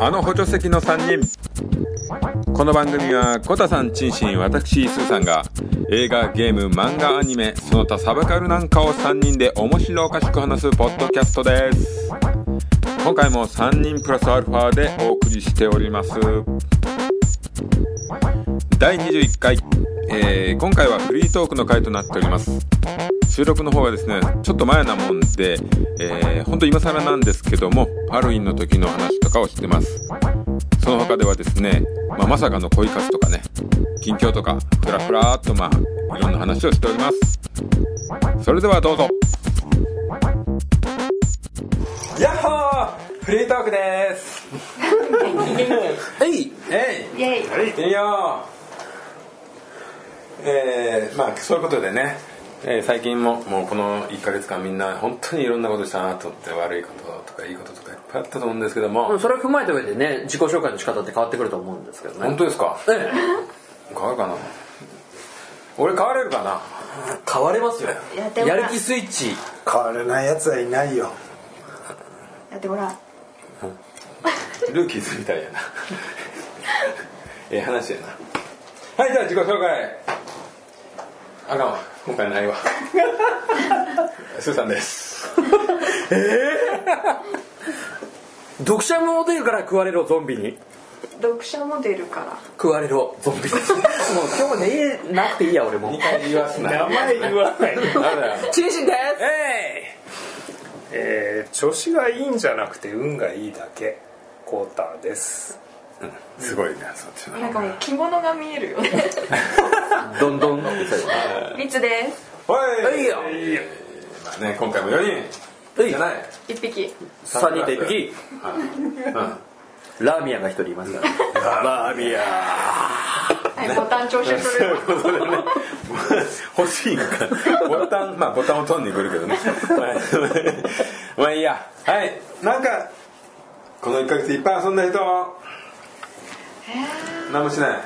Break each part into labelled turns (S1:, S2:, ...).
S1: あの補助席の3人この番組はコタさん、チンシン、私、スーさんが映画、ゲーム、漫画、アニメ、その他サブカルなんかを3人で面白おかしく話すポッドキャストです今回も3人プラスアルファでお送りしております第21回、えー今回はフリートークの回となっております収録の方はですねちょっと前なもんで、えー、ほんと今更なんですけどもハロウィンの時の話とかをしてますその他ではですね、まあ、まさかの恋活とかね近況とかふらふらっとまあいろんな話をしておりますそれではどうぞやっほーフリートークです えいえい
S2: イェイ
S1: いいよえー、まあそういうことでね、えー最近ももうこの1か月間みんな本当にいろんなことしたなと思って悪いこととかいいこととかいっぱいあったと思うんですけども、
S3: うんそれを踏まえた上でね自己紹介の仕方って変わってくると思うんですけど
S1: 本
S3: ね
S1: 当ですか
S3: え
S1: 変わるかな俺変われるかな
S3: え変われますよ
S2: やってごら
S3: や
S2: ん
S3: る気スイッチ
S4: 変われないやつはいないよ
S2: やってごらん
S1: ルーキーズみたいやなええ話やなはいじゃあ自己紹介あかんわ今回 ないわスーさんです
S3: 読者モデルから食われろゾンビに
S2: 読者モデルから
S3: 食われろゾンビに もう今日ね言えなくていいや俺 も
S1: 2回言わすな
S4: 名前言わない
S1: 誰だよ
S3: チンシンで
S1: え
S4: えー、調子がいいんじゃなくて運がいいだけコーターです
S1: いすごいなそっちの
S2: なんかもう着物が見えるよね
S3: すどんどんって最後
S2: みつです
S1: はい
S3: はいよ
S1: いいよまあね今回も4人
S3: はい
S1: じゃない
S2: 一匹
S3: 3人と1匹
S1: うん
S3: ラーミアが1人いますからラーミア
S2: はいボタン徴収する
S1: それね欲しいのかボタンまあボタンを取りに来るけどねまあまあいいやはいなんかこの1ヶ月いっぱい遊んだ人何もしない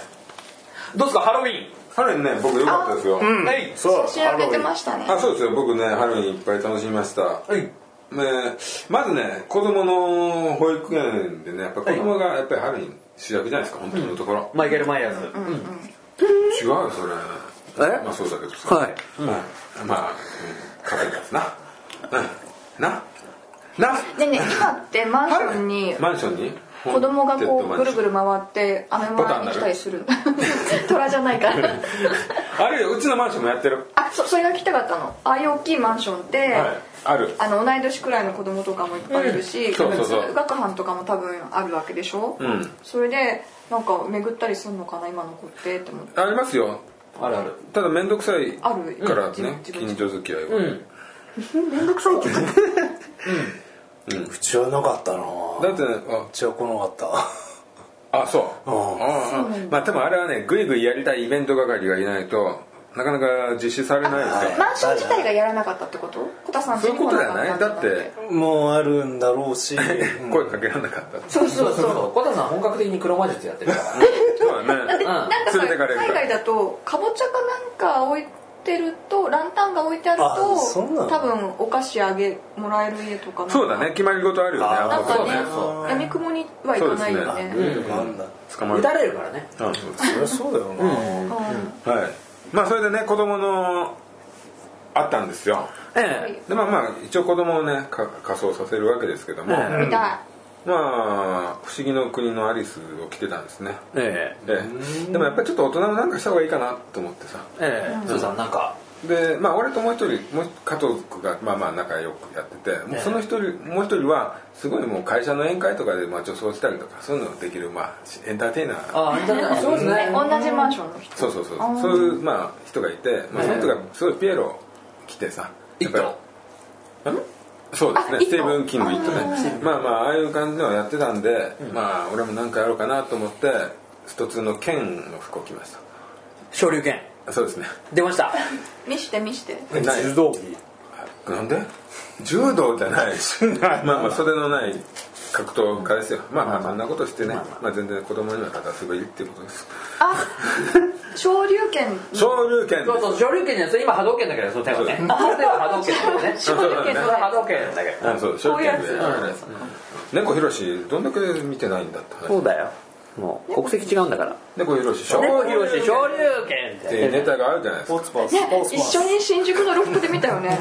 S3: どうすかハロウィン
S1: ハロウィンね僕良かったですよ
S3: はい
S4: そう
S2: 仕上げてましたね
S1: あそうですよ僕ねハロウィンいっぱい楽しみました
S3: はい
S1: ね、まずね子供の保育園でねやっぱ子供がやっぱりハロウィン主役じゃないですか本当のところ、
S3: マイケル・マイヤーズ
S1: 違うよそれ
S3: え
S1: まあそうだけどさ、
S3: はい
S1: まあまあ、うん、カフェだしなうんなな
S2: でね今ってマンションに
S1: マンションに
S2: 子供がこうぐるぐ
S1: る
S2: る回って雨前に来たりする虎じゃないから
S1: あるようちのマンションもやってる
S2: あそそれが聞きたかったのああいう大きいマンションって、
S1: はいある
S2: あの同い年くらいの子供とかもいっぱいいるし、
S1: うんそうそうそう
S2: 通学班とかも多分あるわけでしょ、
S1: ん
S2: それでなんか巡ったりするのかな今の子ってって思って
S1: ありますよ
S3: あるある
S1: ただ面倒くさい
S2: ある
S1: からね
S2: 自分
S1: 近
S2: 自
S1: 所付き合いは、
S3: うん
S4: うちはなかったなう
S1: だってねあ
S4: ちは来なかった
S1: あそう
S4: うん
S1: ああまあ多分あれはねぐいぐいやりたいイベント係がいないとなかなか実施されないですよ
S2: マンション自体がやらなかったってこと小田さん
S1: そういうことじゃな
S2: 来か
S1: い
S2: っ
S1: だ
S2: た
S1: っ
S2: ん
S1: て
S4: もうあるんだろう し、うん
S1: 声かけられなかった
S2: そうそうそう
S3: そう小田さん本格的に黒魔術やってるから
S1: そうだね
S2: なんか
S1: 連
S2: さ
S1: れてかれるから
S2: 海外だとかぼちゃかなんか置いてるとランタンが置いてある
S4: あそ
S2: と
S4: うなの
S2: 多分お菓子あげもらえる家とかなんか
S1: そうだね決まり事あるよね
S4: あー
S1: あ
S2: な
S1: の
S2: んか
S1: 子
S2: ね
S1: ね
S3: そう
S2: 闇雲には行かないよ
S1: そう
S2: ね
S4: あ
S1: ですね
S4: うんなんだ
S1: 捕ま
S3: 撃
S1: え
S3: たれるからね
S1: たうんそうです
S4: そりゃそうだよな、
S1: はいまあそれでね子供のあったんですよ
S3: え
S1: でまあまあ一応子供をねか仮装させるわけですけども
S3: え
S2: うん見たい
S1: まあ「不思議の国のアリス」を着てたんですね
S3: ええ
S1: ででもやっぱりちょっと大人のなんかした方がいいかなと思ってさ
S3: ええ、そうさんなんか
S1: でまあ俺ともう一人もう家族がまあまあ仲良くやっててもうその一人、もう一人はすごいもう会社の宴会とかでまあ女装したりとかそういうのができるまあエンターテイナー
S3: ああ、そうですね。
S2: 同じマンションの人
S1: そうそうそう
S2: あー
S1: そういうまあ人がいて、まあ、
S3: え
S1: そ
S3: え
S1: の人がすごいピエロ着てさ
S3: 一
S1: やっぱりんそうです
S2: あ
S1: ね
S2: イット
S1: スティーブン・キングイットねまあまあああいう感じのをやってたんで、まあ俺も何かやろうかなと思ってストツーの剣の服を着まし
S3: 昇竜拳。
S1: たそうですね
S3: 出ました。
S2: 見して見して
S1: ない
S4: 柔道着
S1: なんで柔道じゃないまあまあ袖のない
S5: 格闘家ですよまあまああんなことしてね、まあ、全然子供には勝たせばいいっていうことです
S2: あ昇竜拳
S5: 昇竜拳
S3: そうそう、上流圏じゃない今波動圏だけど、その手は ね。その手は波動圏だ よね。
S2: 昇竜拳
S3: それ
S2: の
S3: は波動圏だけど。
S5: うんそう昇竜拳
S2: こう
S5: で
S2: いう
S5: 猫ひろしどんだけ見てないんだって話
S3: そうだよ。もう、国籍違うんだから。
S5: 猫ひろし昇
S3: 小
S5: 竜
S3: 広し、上流圏っ。
S5: ってていうネタがあるじゃないですか
S4: ツポー
S2: ね一緒に新宿のロフトで見たよね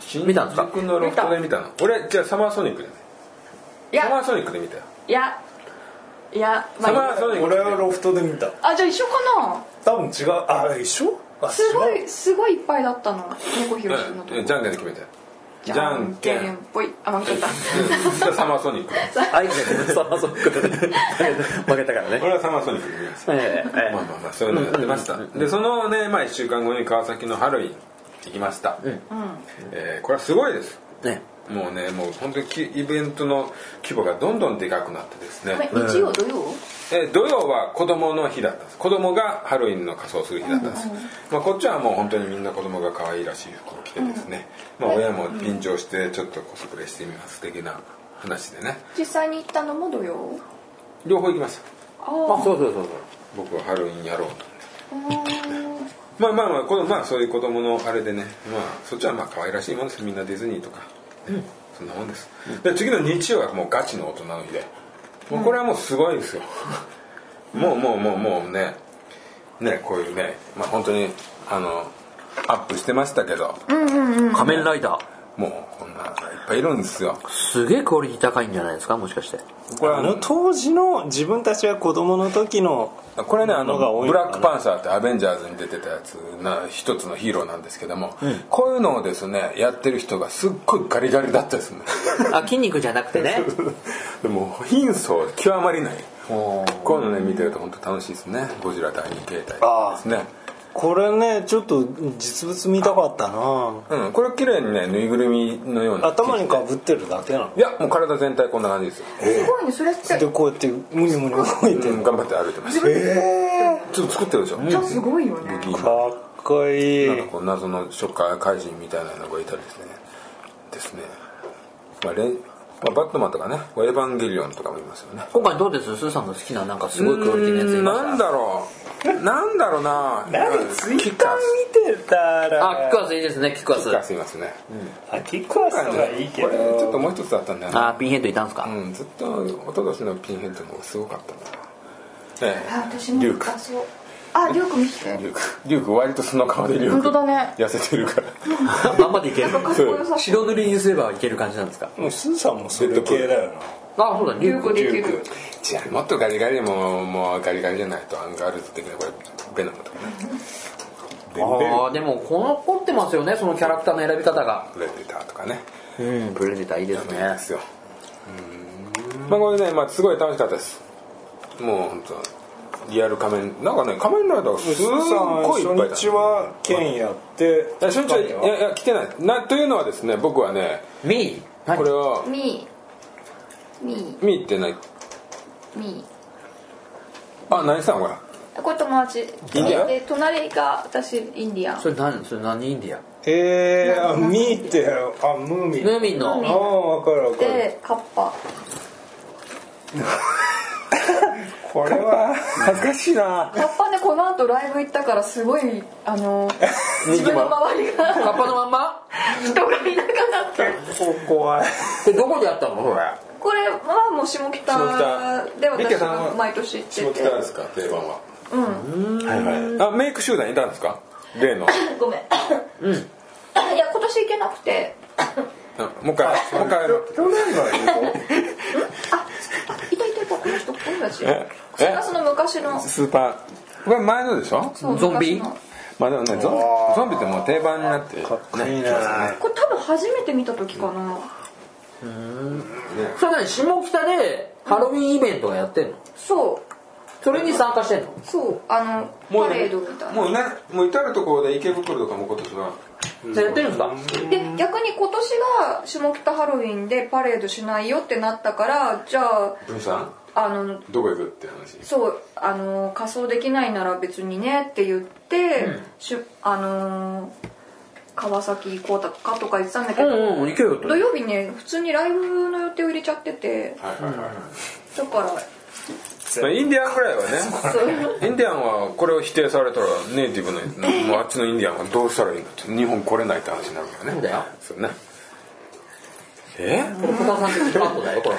S5: 新
S3: 見たんですか
S5: 宿のロフトで見たの俺じゃあサマーソニックでね
S2: い
S5: サマ
S2: や
S5: ーソニックで見たよ
S2: いやいや
S5: サマ
S2: ま
S5: ーソニック
S4: 俺
S5: で
S4: はロフトで見た
S2: ああじゃあ一緒かな
S4: 多分違うあ一緒あ
S2: すご
S4: 違う
S2: いすごいいっぱいだったの猫ひろしのと
S5: う
S2: こ
S5: んじゃんけんで決めたよ
S2: じゃんけ んぽいあ負けちゃっ
S5: うんサマーソニック
S3: あいつ、サマソックで負けたからね。
S5: 俺はサマーソニックで見ました
S3: えええ
S5: まあまあまあそういうのやってましたでそのねまあ1週間後に川崎のハロウィン行きました、えーこれはすごいです
S3: えね
S5: もうねもう本当にきイベントの規模がどんどんでかくなってですね
S2: たごめん日曜土曜
S5: えー土曜は子供の日だったんです子供がハロウィンの仮装する日だったんです、まあ、こっちはもう本当にみんな子供が可愛らしい服を着てですね、まあ、親も緊張してちょっとコスプレしてみます的な話でね
S2: 実際に行ったのも土曜
S5: 両方行きました
S3: あ、
S2: あ
S3: そうそうそう
S5: 僕はハロウィンやろうと
S2: あうん
S5: まあまあまあこのまあそういう子供のあれでねまあそっちはまあ可愛らしいもんですみんなディズニーとか、ねそんなもんです、で次の日曜はもうガチの大人の日でもうこれはもうすごいですよ、もうもうもうもうねねこういうねまあ本当にあのアップしてましたけど、
S3: そう。仮面ライダー。
S5: もうこんなのがいっぱいいるんですよ
S3: すげえクオリティ高いんじゃないですかもしかして。
S5: これ
S6: あ
S5: あ
S6: の
S5: の
S6: 当時の自分たちが子供の時の
S5: これねあの
S6: のが多い
S5: ブ
S6: のか
S5: ラ
S6: な
S5: ックパンサーってアベンジャーズに出てたやつな一つのヒーローなんですけども、こういうのをですねやってる人がすっごいガリガリだったですもん
S3: あ、筋肉じゃなくてね。
S5: でも貧相極まりないこういうのね見てると本当楽しいですねゴジラ第2形態ですね
S6: これねちょっと実物見たかったな
S5: うん、これ綺麗にねぬいぐるみのように
S6: 頭にかぶってるだけなの
S5: いやもう体全体こんな感じですよ、
S2: すごいねそれって
S6: でこうやってムニムニ動いて
S5: う
S6: る
S5: ん頑張って歩いてますちょっと作ってるでしょ、
S2: じゃあすごいよね
S5: 不気味
S6: かっこいい
S5: なんかこう謎のショッカー怪人みたいなのがいたりですねですね、まあレイまあ、バットマンとかねエヴァンゲリオンとかもいますよね
S3: 今回どうですスーさんの好きななんかすごいクオリティのやついました
S5: なんだろうなんだろうな
S6: なんかツイッター見てた
S3: あ、キ
S6: ら
S3: ックアスいいですね、キックアス。
S5: がすいますね、
S6: あキックアスの
S5: こ
S6: がいいけど
S5: れちょっともう一つだったんだよな
S3: あ、ピンヘッドいたんすか
S5: うんずっと一昨年のピンヘッドもすごかったなえ
S2: あ私
S5: え
S2: も
S5: リューク
S2: あそうあリュウク見せて
S5: リュークリューク割とその顔でリューク
S2: 本当だね
S5: 痩せてるから
S3: まんまでいける
S2: なんかかっこよさそう
S3: 白塗りにすればいける感じなんですか
S6: もうスーさんもそれ系だよな
S3: あ、そうだ、リ
S2: リ
S3: ュ
S2: ュ
S3: ウ
S2: ウ
S3: ク
S2: ク
S3: リ
S2: で
S3: ュ
S2: き
S3: ウ
S2: る
S5: じゃあもっとガリガリでももうガリガリじゃないとアンガールズ的なこれベノムとかねベンベン
S3: あーでもこの凝ってますよねそのキャラクターの選び方が
S5: プレデターとかね
S3: うんプレデターいいです
S5: なん
S3: ね
S5: ですよまあこれね、まあ、すごい楽しかったですもう本当リアル仮面なんかね仮面ライダーすっ
S6: スー
S5: ごいいっ
S6: さん
S5: ぱいだ
S6: 初日は剣やって
S5: いや初日はいやいや来てないなというのはですね僕はね
S3: ミー何
S5: これは
S2: ミーミ
S5: 見に行ってない
S2: ーミ
S5: あ何さんこれ
S2: ーこれ友達
S5: インディアン
S2: で隣が私インディアン
S3: それ何それ何インディア
S6: えー、あ見てあムーミン
S3: ムーミ
S6: あ
S2: ムーミ
S3: ンの
S2: ン
S6: あ分かる分かる
S2: でカッパ
S6: これは恥ずかしいな
S2: カッパねこの後ライブ行ったからすごいあ の自分の周りが
S3: カッパのまんま
S2: 人がいなくなった
S6: 結構怖い
S3: でどこでやったのそれ
S2: これはもう下
S5: 下
S2: 北で
S5: ミッキ
S2: 私
S5: ーさんは
S2: が毎年行ってて
S5: ですか定番はうんはいはいあメイク集団いたんですか例 の
S2: ごめんいや今年行けなくて
S5: あもう一回もう一回
S6: 去年の
S2: あいたいたいたこの人この人たち
S5: え
S2: それがその昔の
S5: スーパーこれ前のでしょ
S2: そう
S3: ゾンビ
S2: 昔の
S5: まあでもねゾンゾンビってもう定番になって
S6: かっこいいな、
S2: これ多分初めて見た時かな
S3: それ何下北でハロウィンイベントがやってんの
S2: そ
S3: それに参加してんの
S2: うそうあの
S5: も
S2: パ
S5: う
S2: レ
S5: ね
S2: ードみたいな
S5: もうねもう至る所で池袋とかも今年は
S3: それやってるんですか
S2: で逆に今年が下北ハロウィンでパレードしないよってなったからじゃあ
S5: 文さん
S2: あの
S5: どこ行くって話
S2: そうあの仮装できないなら別にねって言って、しゅあのー川崎行こうとかとか言ってたんだけ
S3: う
S2: ど、
S3: んうん行けよと
S2: 土曜日ね普通にライブの予定を入れちゃってて
S5: はいはいはい
S2: だから
S5: まあ、インディアンぐらいはねインディアンはこれを否定されたらネイティブのもうあっちのインディアンはどうしたらいいんだって日本来れないって話になるからね
S3: そうだよ
S5: そうねえ
S3: これ小田さん的パートだよこれ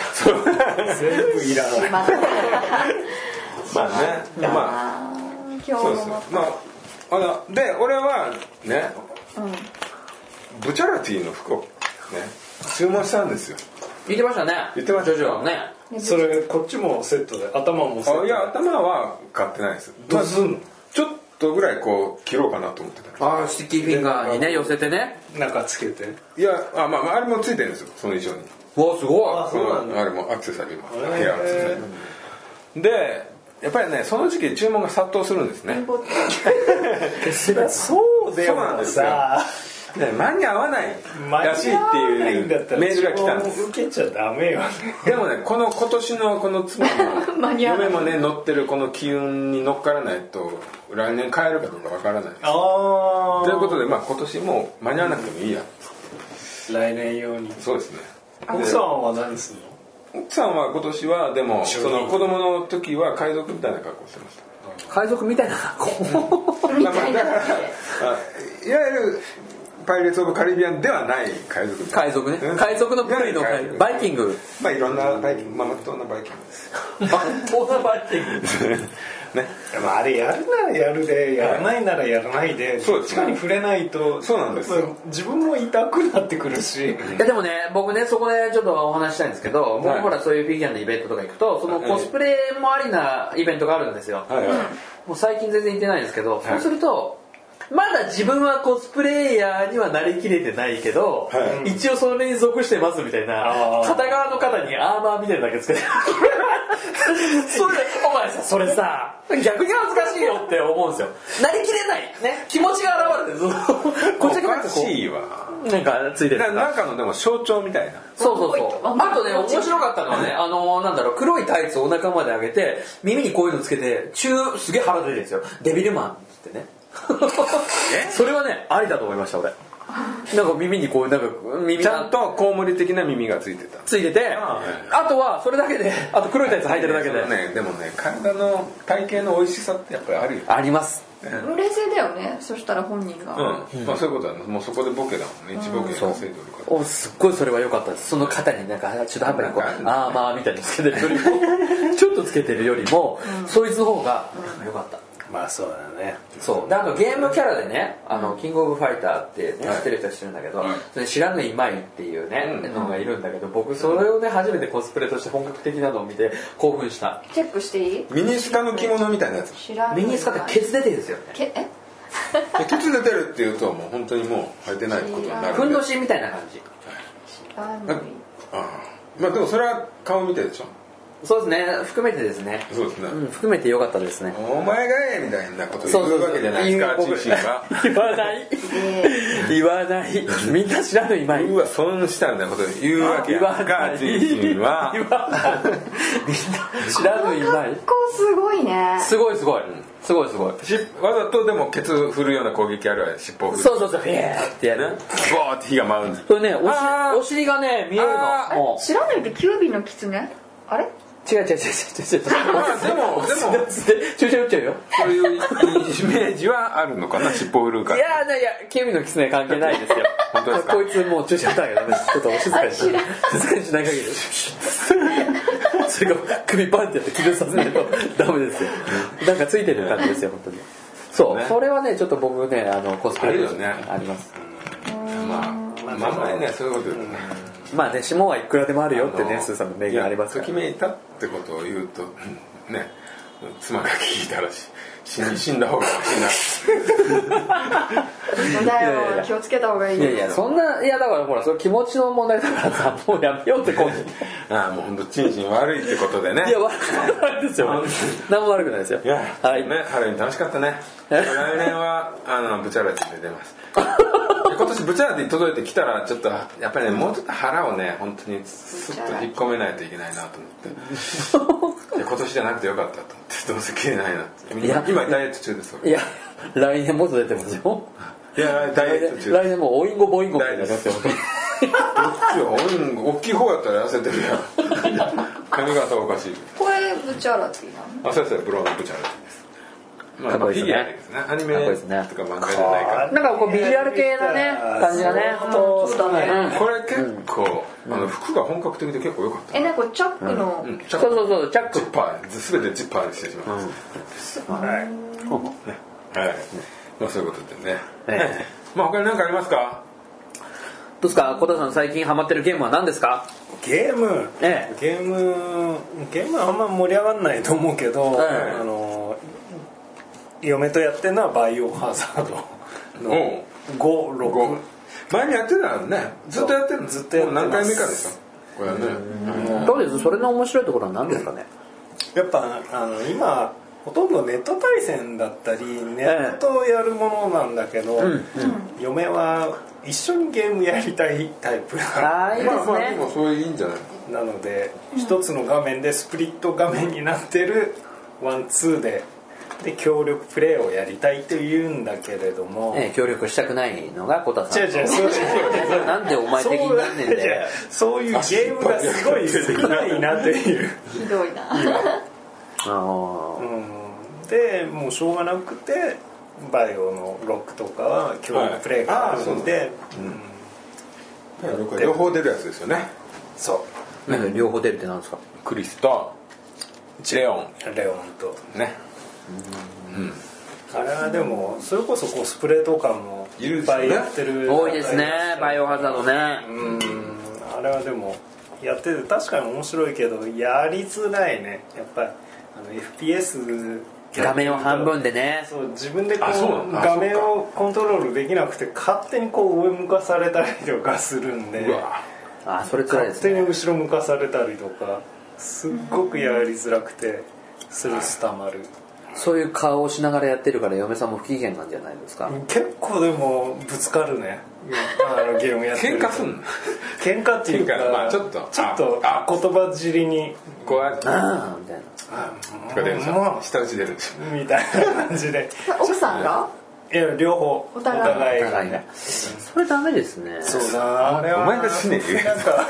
S4: 全部いらない
S2: まあ
S5: まあねまあ
S2: 今日
S5: そうです
S2: も
S5: よまああので俺はね
S2: うん
S5: ブチャラティの服をね注文したんですよ
S3: 言ってましたね
S5: 言ってました
S3: ジョジョね
S4: それこっちもセットで頭もセット
S5: あ
S4: で
S5: いや頭は買ってないです
S4: どうすんの
S5: ちょっとぐらいこう切ろうかなと思ってた
S3: ああスティッキーフィンガーにね寄せてね
S4: 中つけて
S5: いやあまあまああれもついてるんですよその衣装に
S3: おすご
S4: そうなんだ
S5: あれもアクセサリーも
S4: へー
S5: ヘアアクセサリーもでやっぱりねその時期注文が殺到するんですね
S4: そう
S5: でもさで間に合わないらしいっていうメールが来たんです
S4: 受けちゃダメよ
S5: でもねこの今年のこの妻の
S2: に合わな
S5: 嫁
S2: い
S5: もね乗ってるこの機運に乗っからないと来年帰るかどうかわからない
S4: あ
S5: ということでまあ今年もう間に合わなくてもいいや
S4: と来年用に
S5: そうですね
S4: 奥さんは何するの
S5: 奥さんは今年はでも
S4: 中
S5: そ
S4: 二
S5: の子供の時は海賊みたいな格好してました
S3: い海賊みたいなこう
S5: まあまあだからあいわゆるパイレーツ・オブ・カリビアンではない海賊みたい
S3: 海
S5: な
S3: 賊ね
S5: うん
S3: 海賊のプリの海
S5: いわゆる海賊
S3: バイキング
S5: まあいろんなバイキングまあまっとうなバイキングです
S3: あこんなバイキング
S5: ね
S4: でもあれやるならやるでやらないならやらないで
S5: そう
S4: ど
S5: で
S4: っ
S5: す
S4: ち
S5: ね
S4: かに触れないと
S5: そうなんですよ
S4: やっぱ自分も痛くなってくるし
S3: いやでもね僕ねそこでちょっとお話ししたいんですけど僕
S5: はい
S3: ほらそういうフィギュアのイベントとか行くとそのコスプレもありなイベントがあるんですよ
S5: はいはい
S3: もう最近全然行ってないですけど、そうするとまだ自分はコスプレイヤーにはなりきれてないけど、
S5: は
S3: 一応それに属してますみたいな
S4: あー
S3: 片側の肩にアーマーみたいなのだけつけてそれお前さそれさ逆に恥ずかしいよって思うんですよなりきれない、ね、気持ちが現れてずっとこっち
S5: お
S3: がなんか
S5: か
S3: こ
S5: しいわ
S3: うなんかついてる
S5: ななんかのでも象徴みたいな
S3: そうそうそう。あとね、面白かったのはね、あのーなんだろう、黒いタイツをお腹まで上げて、耳にこういうのつけて、中、すげえ腹出てるんですよ。デビルマンってね。 それはね、ありだと思いました、俺。なんか耳にこういう、なんか、耳
S5: ち
S3: が
S5: ゃんとコウモリ的な耳がついてた
S3: ついてて、
S4: あ
S3: あとは、それだけで、あと黒いタイツ履いてるだけ
S5: その
S3: で。
S5: ねでもね体の体型の美味しさってやっぱりあるよ
S3: あります。
S2: 冷静だよねそしたら本人が、
S5: うんまあそういうことはねもうそこでボケだもんね一ボケで稼いでおるから
S3: おすっごいそれは良かったですその肩になんか中途半端にこう
S5: なんか
S3: アーマーみたいにつけてるよりもちょっとつけてるよりも、そいつの方が良かった
S4: まあそうだね
S3: そうなんかゲームキャラでね「あのキングオブファイター」って、ね
S5: はい
S3: 知ってる人は知ってるんだけど、
S5: はい
S3: それ知らぬいまいっていうね、
S5: うん
S3: のがいるんだけど僕それをね初めてコスプレとして本格的なのを見て興奮した
S2: チェックしていい
S5: ミニスカの着物みたいなや つ
S2: 知らない
S3: ミニスカってケツ出てるんですよね
S2: けえ
S5: でケツ出てるっていうともう本当にもう履いてないことになるんで
S3: ふんどしみたいな感じ
S2: 知ら
S5: な
S2: なんい
S5: かああまあでもそれは顔見てでしょ
S3: そうですね含めてですね
S5: そうですね
S3: うん含めて良かったですね
S5: お前がえみたいなこと言
S3: そうそううそ
S5: わ
S3: う
S5: けじゃないですか
S3: 僕
S5: 自身が
S3: 言わない言わない みんな知らぬいまいう
S5: わ損したみたいなこと言うわけやんか自身は
S3: 言わないみんな知らぬいまい
S2: 格好すごいね
S3: すごいすごいすごいすごい
S5: しわざとでもケツ振るような攻撃あるわよ尻尾を振る
S3: そうそうそうフィーってや
S5: ね
S3: る
S5: ブワーって火が舞うんです
S3: これねおし
S5: あー
S3: お尻がね見える
S5: あ
S3: のも
S2: 知らないってキュービーの狐あれ
S3: う違う違う違う違う違う
S5: まあで もでも
S3: 注射打っちゃうよ
S5: そういうイメージはあるのかな尻尾振るか
S3: い
S5: ら
S3: やーいやケミの狐関係ないですよ
S5: 本当ですか
S3: こいつもう注射打たなきゃダメですちょっとお静かにし
S2: あ知ら
S3: て静かにしない限りそれが首バンってやって気絶させないとダメですよなんかついてる感じですよ本当にそう、
S5: ね
S3: それはねちょっと僕ねあのコスプレ
S5: あるよね
S3: あります
S5: まあまあまあねそういうことですね
S3: まあね指紋はいくらでもあるよって
S5: あ
S3: ね
S5: の
S3: スーさんの名言あります
S5: い
S3: から
S5: やときめいたってことを言うとうんね妻が聞いたらし死ん死んだ方が死んだ
S2: そうだよ
S3: いやいや
S2: 気をつけた方がいい
S3: い
S2: よ
S3: やいやそんないやだからほらそれ気持ちの問題だから さもうやめようってこう
S5: ああもう本当チンチン悪いってことでね
S3: いや悪くないですよ何も悪くないですよ
S5: いや
S3: はい、
S5: ねハロウィン楽しかったね
S3: え
S5: 来年はあのブチャラティで出ます で今年ブチャラティ届いてきたらちょっとやっぱりねもうちょっと腹をね本当にスッと引っ込めないといけないなと思っていや今年じゃなくてよかったと思ってどうせ切れないなって
S3: いや
S5: 今ダイエット中です俺
S3: いや来年もっと出てますよ
S5: いやダイエ
S3: 来
S5: ット
S3: 年
S5: 中
S3: 来年もうオインゴボインゴみたいになってます
S5: うん大きい方やったら痩せてるやん髪型おかしい
S2: これブチャラティなの
S5: あそうそうブロンブチャルですまあ
S3: かっこいい
S5: フィ
S3: ですね
S5: ギュアですねアニメ
S3: かっこいいですね
S5: とか漫画じゃないか
S3: なんかこうビジュアル系なね感じがね
S6: 本当だね
S5: らこれ結構、あの服が本格的で結構良かった
S2: えなんかチャックの、
S5: うんチ
S3: そ
S5: ャ
S3: う
S5: ック
S3: そうそうチャック
S5: ジッパーすべてジッパーにしてしまいます、
S4: はい
S5: はいまあそういうことでね、
S3: ええ
S5: まあ他に何かありますか
S3: どうですか小田さん最近ハマってるゲームは何ですか
S4: ゲーム、
S3: ええ
S4: ゲームゲームはあんま盛り上がんないと思うけど、
S3: ええ
S4: あの嫁とやってるのは「バイオハザード」の
S5: おう
S4: 56
S5: 5前にやってたのねずっとやってるの
S4: ずっとやってます
S5: もう何回目かでしょこれはね
S3: どうですそれの面白いところは何ですかね
S4: やっぱあの今ほとんどネット対戦だったりネットをやるものなんだけど、嫁は一緒にゲームやりたいタイプな
S3: ああいいです
S5: まあまあで
S3: ね
S5: もそれいいんじゃない
S4: なので一つの画面でスプリット画面になってるワンツーでで協力プレイをやりたいというんだけれども、
S3: ええ協力したくないのが小田さ
S4: 違うん違うそう
S3: なんでお前的になんねん
S4: いや
S3: で
S4: そういうゲームがすごい少ないなという、
S2: ひどいな
S3: あの
S4: うん、でもうしょうがなくてバイオのロックとかは協力プレイがあるんで、うん
S5: 両方出るやつですよね
S4: そ
S3: ーなんか両方出るって何ですか
S5: クリスとレオン
S4: うレオンと
S5: ね
S4: あれはでもそれこそコスプレとかも
S5: いる
S4: い
S5: ん
S4: っ
S5: ですよ
S4: ぱ
S5: ね
S4: いやってる
S3: 多いですねバイオハザードね
S4: うんあれはでもやってて確かに面白いけどやりづらいねやっぱりあの FPS
S3: 画面を半分でね
S4: そう自分でこ
S5: あそうな
S4: うん
S5: だ
S4: 画面をコントロールできなくて勝手にこう上向かされたりとかするんで
S5: うわ
S3: あそれ辛いで
S4: 勝
S3: す
S4: 手に
S3: ね
S4: 後ろ向かされたりとかすっごくやりづらくてスルスたまる
S3: そういう顔をしながらやってるから嫁さんも不機嫌なんじゃないですか
S4: 結構でもぶつかるねあのゲームやってる
S5: 喧嘩すんの
S4: 喧嘩っていうか
S5: 喧嘩まあちょっと
S4: ちょっと
S5: ああ
S4: 言葉尻に
S5: こうやって
S3: ああみたいな
S5: とか出るでし
S4: も
S5: ょ下打ち出るでし
S4: うみたいな感じで
S2: 奥さんが
S4: いや両方
S2: お互い
S3: お
S4: お
S3: 互いねそれダメですね
S4: そうだあれは
S5: お前が死ね え
S4: なんか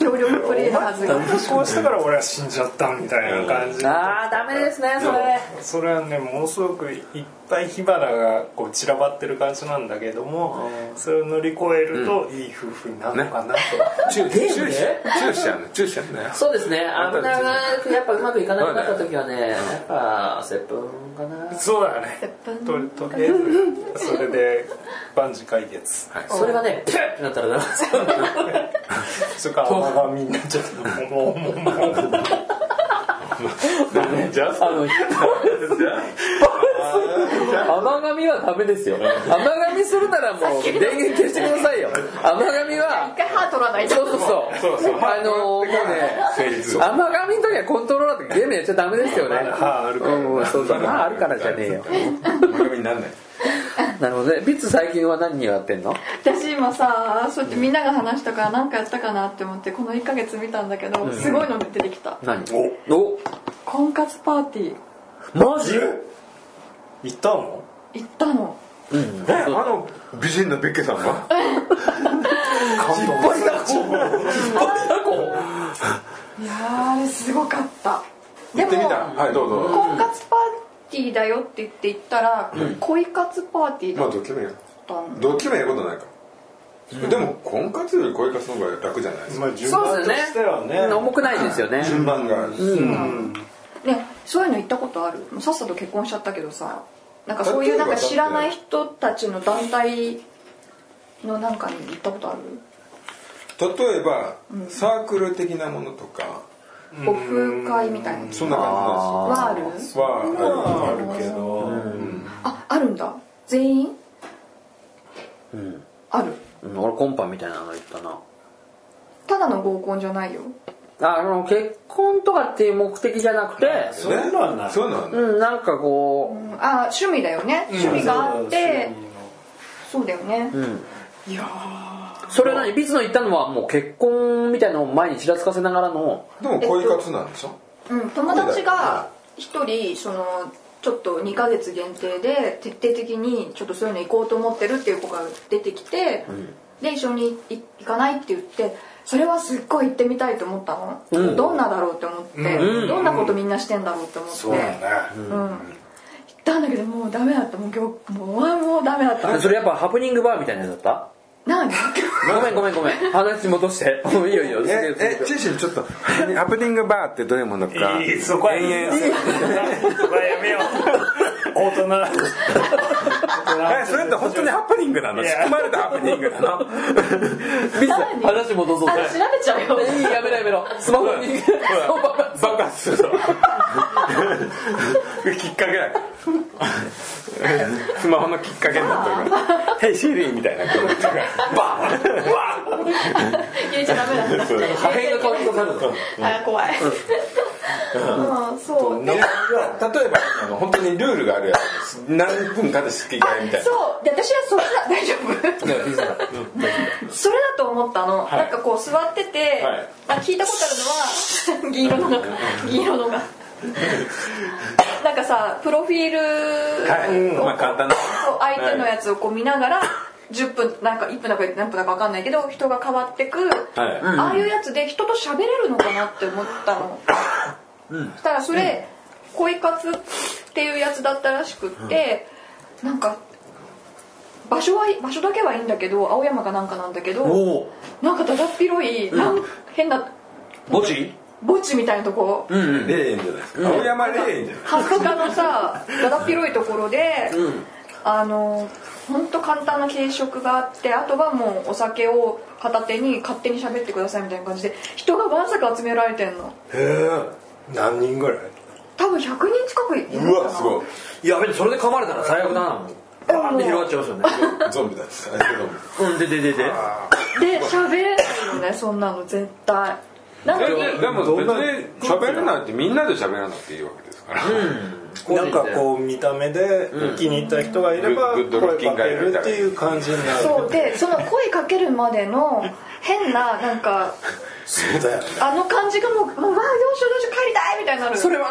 S2: 協力プレイのはずが
S4: こうしたから俺は死んじゃったみたいな感じ
S3: ああダメですねそれ
S4: それはねものすごくいっぱい火花がこう散らばってる感じなんだけどもそれを乗り越えるといい夫婦になるのかなと、
S5: ょチューチュー
S3: ゲームで
S5: チューしちゃうのチューしちゃうんだよ
S3: そうですね危なくやっぱうまくいかなくなった時はねやっぱ接吻かな
S4: そうだねととりあえずそれで万事解決
S3: それがねピュッてなったらダメですよ
S4: それから甘がみになっちゃったもうもうもうもう
S5: じ ゃ
S3: あ の甘髪はダメですよ甘髪するならもう電源消してくださ いよ甘髪は
S2: 一回歯取らないと
S3: そうそうそうあのーもうね
S5: 成立
S3: 甘髪の時はコントローラーとかゲームやっちゃダメですよね
S4: まだ歯あるから
S3: うんうんそうそう歯あるからじゃねえよ
S5: 番組になんない
S3: なるほどねビッツ最近は何やってんの
S2: 私今さそうやってみんなが話したから何かやったかなって思ってこの1ヶ月見たんだけどすごいの出てきた
S3: 何お
S2: 婚活パーティー
S3: マジ
S4: 行ったの
S2: 行ったの
S5: えあの美人のベッケさん が
S4: 感動
S2: いやーあれすごかった
S5: 行
S2: で
S5: ってみた
S2: も
S5: はいどうぞ
S2: 婚活パーティーだよって言って行ったら恋活パーティーだ
S5: まあ
S2: っ
S5: ドキュメンや
S2: たの
S5: ドキュメンやことないからでも婚活より恋活の方が楽じゃないですか
S4: まあ順
S3: そう
S4: 番
S3: で
S4: として
S3: す
S4: は
S3: よ
S4: ね
S3: ね重くないですよね
S5: 順番がある
S2: ねそういうの行ったことあるもうさっさと結婚しちゃったけどさなんかそういうなんか知らない人たちの団体のなんかに行ったことある
S5: 例えばサークル的なものとか
S2: オフ会みたいな
S5: そんな感
S2: はある
S5: じなんですは
S4: あるけど、
S2: ああるんだ全員
S3: うん
S2: ある
S3: うん俺コンパみたいなの行ったな
S2: ただの合コンじゃないよ
S3: あの結婚とかっていう目的じゃなくて
S4: そういうのはない
S5: そういうのはない
S3: うんなんか
S2: う
S3: こ
S2: んあ趣味だよね趣味があってそうだよね
S3: ううん
S2: いや
S3: それは何ビズの言ったのはもう結婚みたいなのを前にちらつかせながらの
S5: でも恋活なんでしょ
S2: ーうん友達が一人そのちょっと2ヶ月限定で徹底的にちょっとそういうの行こうと思ってるっていう子が出てきて、で一緒に行かないって言ってそれはすっごい行ってみたいと思ったの、どんなだろうって思って、どんなことみんなしてんだろうって思って、
S4: そうだね、
S2: うん行ったんだけどもうダメだったもう今日もうお前もうダメだった
S3: それやっぱハプニングバーみたいなやつだっ
S2: 何
S3: たごめんごめんごめん話戻してもういいよいいよ
S5: ええチェシーちょっとハプニングバーってどういうものか
S4: いいそこは延々そこはやめよう大人
S5: えそれって本当にハプニングなの
S4: い
S5: 仕
S4: や
S5: 組まれたハプニングなの
S3: ビッチ話戻そう
S2: あ調べちゃうよ
S3: いいやめろやめろスマホにそうバカ
S5: 爆発するのきっかけだスマホのきっかけになってるから 「ヘイシリー」みたいな感じとかバーンわ
S2: 入れちゃダメだった
S5: ー
S3: 破片が顔に刺さるの
S2: あ怖い うんそう
S5: 例えばあの本当にルールがあるやつ何分かで好き嫌いみたいな
S2: そうで私はそれだ大丈夫 それだと思ったの、なんかこう座ってて、
S5: はい
S2: あ聞いたことあるのは 銀色のが銀色のがなんかさプロフィール、
S5: はい、まあ簡単な
S2: そう 相手のやつをこう見ながら10分なんか1分だか何分だか分かんないけど人が変わってく、
S5: はいうん
S2: ああいうやつで人と喋れるのかなって思ったの、そしたらそれ、恋活っていうやつだったらしくって、なんか場所は場所だけはいいんだけど青山かなんかなんだけど
S3: お
S2: なんかだだっ広い、なん変な
S3: 墓地
S2: 墓地みたいなとこ
S5: 霊園じゃないですか青山霊園じゃない
S2: 半地下のさだだっ広いところで、あの本当簡単な軽食があってあとはもうお酒を片手に勝手に喋ってくださいみたいな感じで人がわんさか集められてんの
S4: へえ何人ぐらい
S2: 多分100人近くいるのか
S5: う
S2: な
S5: わすごい
S3: やべそれで噛まれたら最悪だなもうバーンって広がっちゃいますよね
S5: ゾンビだです相手ゾンビ
S3: うんでででで
S2: で喋れないよねそんなの絶対なのに
S5: でも別に喋るなんてみんなで喋らなくていいわけですか
S4: な
S5: ら、
S4: んかこう見た目で気に入った人がいれば
S5: グッドルッ
S4: 声
S5: キン
S4: か
S5: グ
S4: け
S5: がいる
S4: るっていう感じになる
S2: そうでその声かけるまでの変ななんか
S4: そうだよね
S2: あの感じがもう「もうわあどうしようどうしよう帰りたい」みたいになる
S3: それは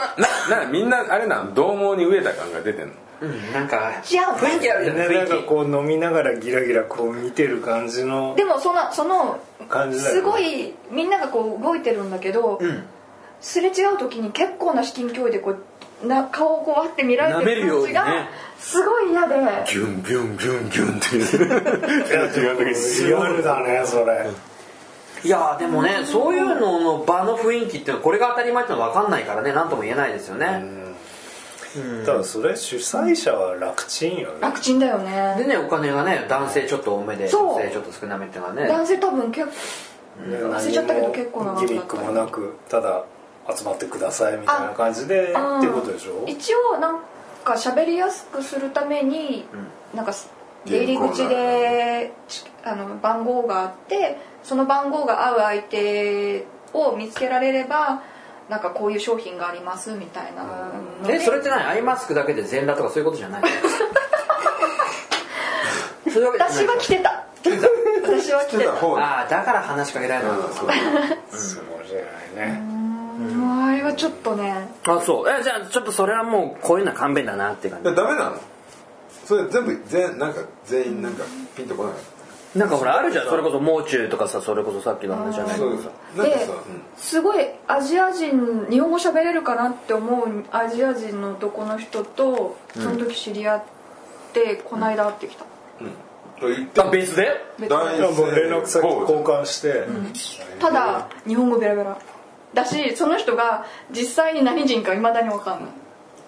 S5: ななみんなあれなの獰猛に飢えた感が出て んの
S3: うんなんか
S2: 違う
S3: 雰囲気あるじゃない
S4: ね、なんか
S3: 雰囲気
S4: こう飲みながらギラギラこう見てる感じの
S2: でもそのその
S4: 感じだよね
S2: すごいみんながこう動いてるんだけど、すれ違う時に結構な至近距離でこうな顔をこうわって見られてる感じ
S3: 舐めるように
S2: が
S3: ね
S2: すごい嫌で、
S5: ギュンギュンギュンギュンっていう違う時
S4: リアルだねそれ
S3: いやーでもねそういうのの場の雰囲気ってのはこれが当たり前ってのは分かんないからね何とも言えないですよね
S4: ただそれ主催者は楽ちんよね
S2: 楽ちんだよね
S3: でねお金がね男性ちょっと多めで
S2: そう
S3: 女性ちょっと少なめっていうのはね
S2: 男性多分結構忘れちゃったけど結構な
S4: ギミックもなくただ集まってくださいみたいな感じでって
S2: あー
S4: いうことでしょ
S2: 一応なんか喋りやすくするために、なんか出入り口でちあの番号があってその番号が合う相手を見つけられればなんかこういう商品がありますみたいなので
S3: えそれって何アイマスクだけで全裸とかそういうことじゃないそういうわけじゃない
S2: 私は来てた私は来てたも
S5: 方
S3: ああだから話しかけられたの
S4: すごいじゃないね
S2: うあれはちょっとね
S3: あそうえじゃあちょっとそれはもうこういうのは勘弁だなって感
S5: ダメなのそれ全部全なんか全員なんかピンとこない
S3: じなんかほらあるじゃんそれこそもう中とかさそれこそさっきの話じゃない
S5: そうですなんか
S2: で
S5: さ、
S2: すごいアジア人日本語喋れるかなって思うアジア人の男の人とその時知り合って、こないだ会ってきた
S5: うん、と言って
S3: あベースで
S2: 別に
S5: 大
S4: いやもう連絡先
S5: こ
S4: 交換して、
S2: ただ日本語ベラベラだしその人が実際に何人かいまだに分かんない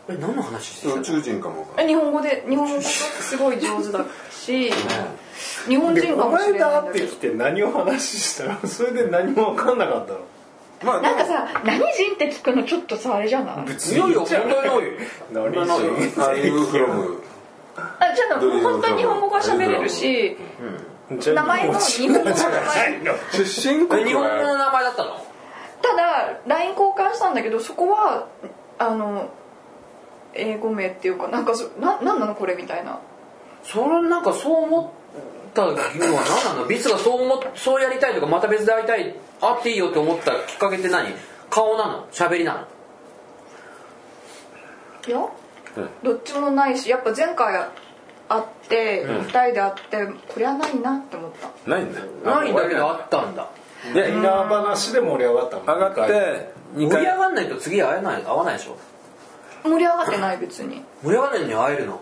S3: え何の話してた
S5: 宇
S3: の
S5: 宙人かもわかんない
S2: え日本語で日本語もすごい上手だ し日本
S4: で
S2: 人か
S4: こ
S2: も
S4: の
S2: しれない
S4: 間
S2: ん
S4: 会
S2: だ
S4: っ
S2: け
S4: て
S2: ど
S4: きて何を話したら それで何も分かんなかったの
S5: まあ
S2: なんかさ何人って聞くのちょっとさあれじゃない
S3: いよいよ本当に多いよ
S4: 何
S3: 何
S4: それ
S5: アイムフロム
S2: あじゃあ本当に日本語が喋れるし
S4: じゃあ
S2: 名前も日本語の名前
S5: 出身
S3: え
S5: 国
S3: 日本語の
S5: は
S3: 名前だったの
S2: ただ LINE 交換したんだけどそこはあの英語名っていうかなんかそななんなのこれみたいな
S3: それなんかそう思ったのは何なのビスがそう思っそうやりたいとかまた別で会いたい会っていいよって思ったきっかけって何顔なの喋りなの
S2: いやどっちもないしやっぱ前回会って2人で会ってこりゃないなって思った
S5: ないんだ
S3: ないんだけどあったんだ
S5: で
S4: 裏話で盛り上がったもん
S5: 上がって
S3: 盛り
S5: 2回
S3: 上がんないと次会えない会わないでしょ
S2: 盛り上がってない別に
S3: 盛り上がんないのに会えるの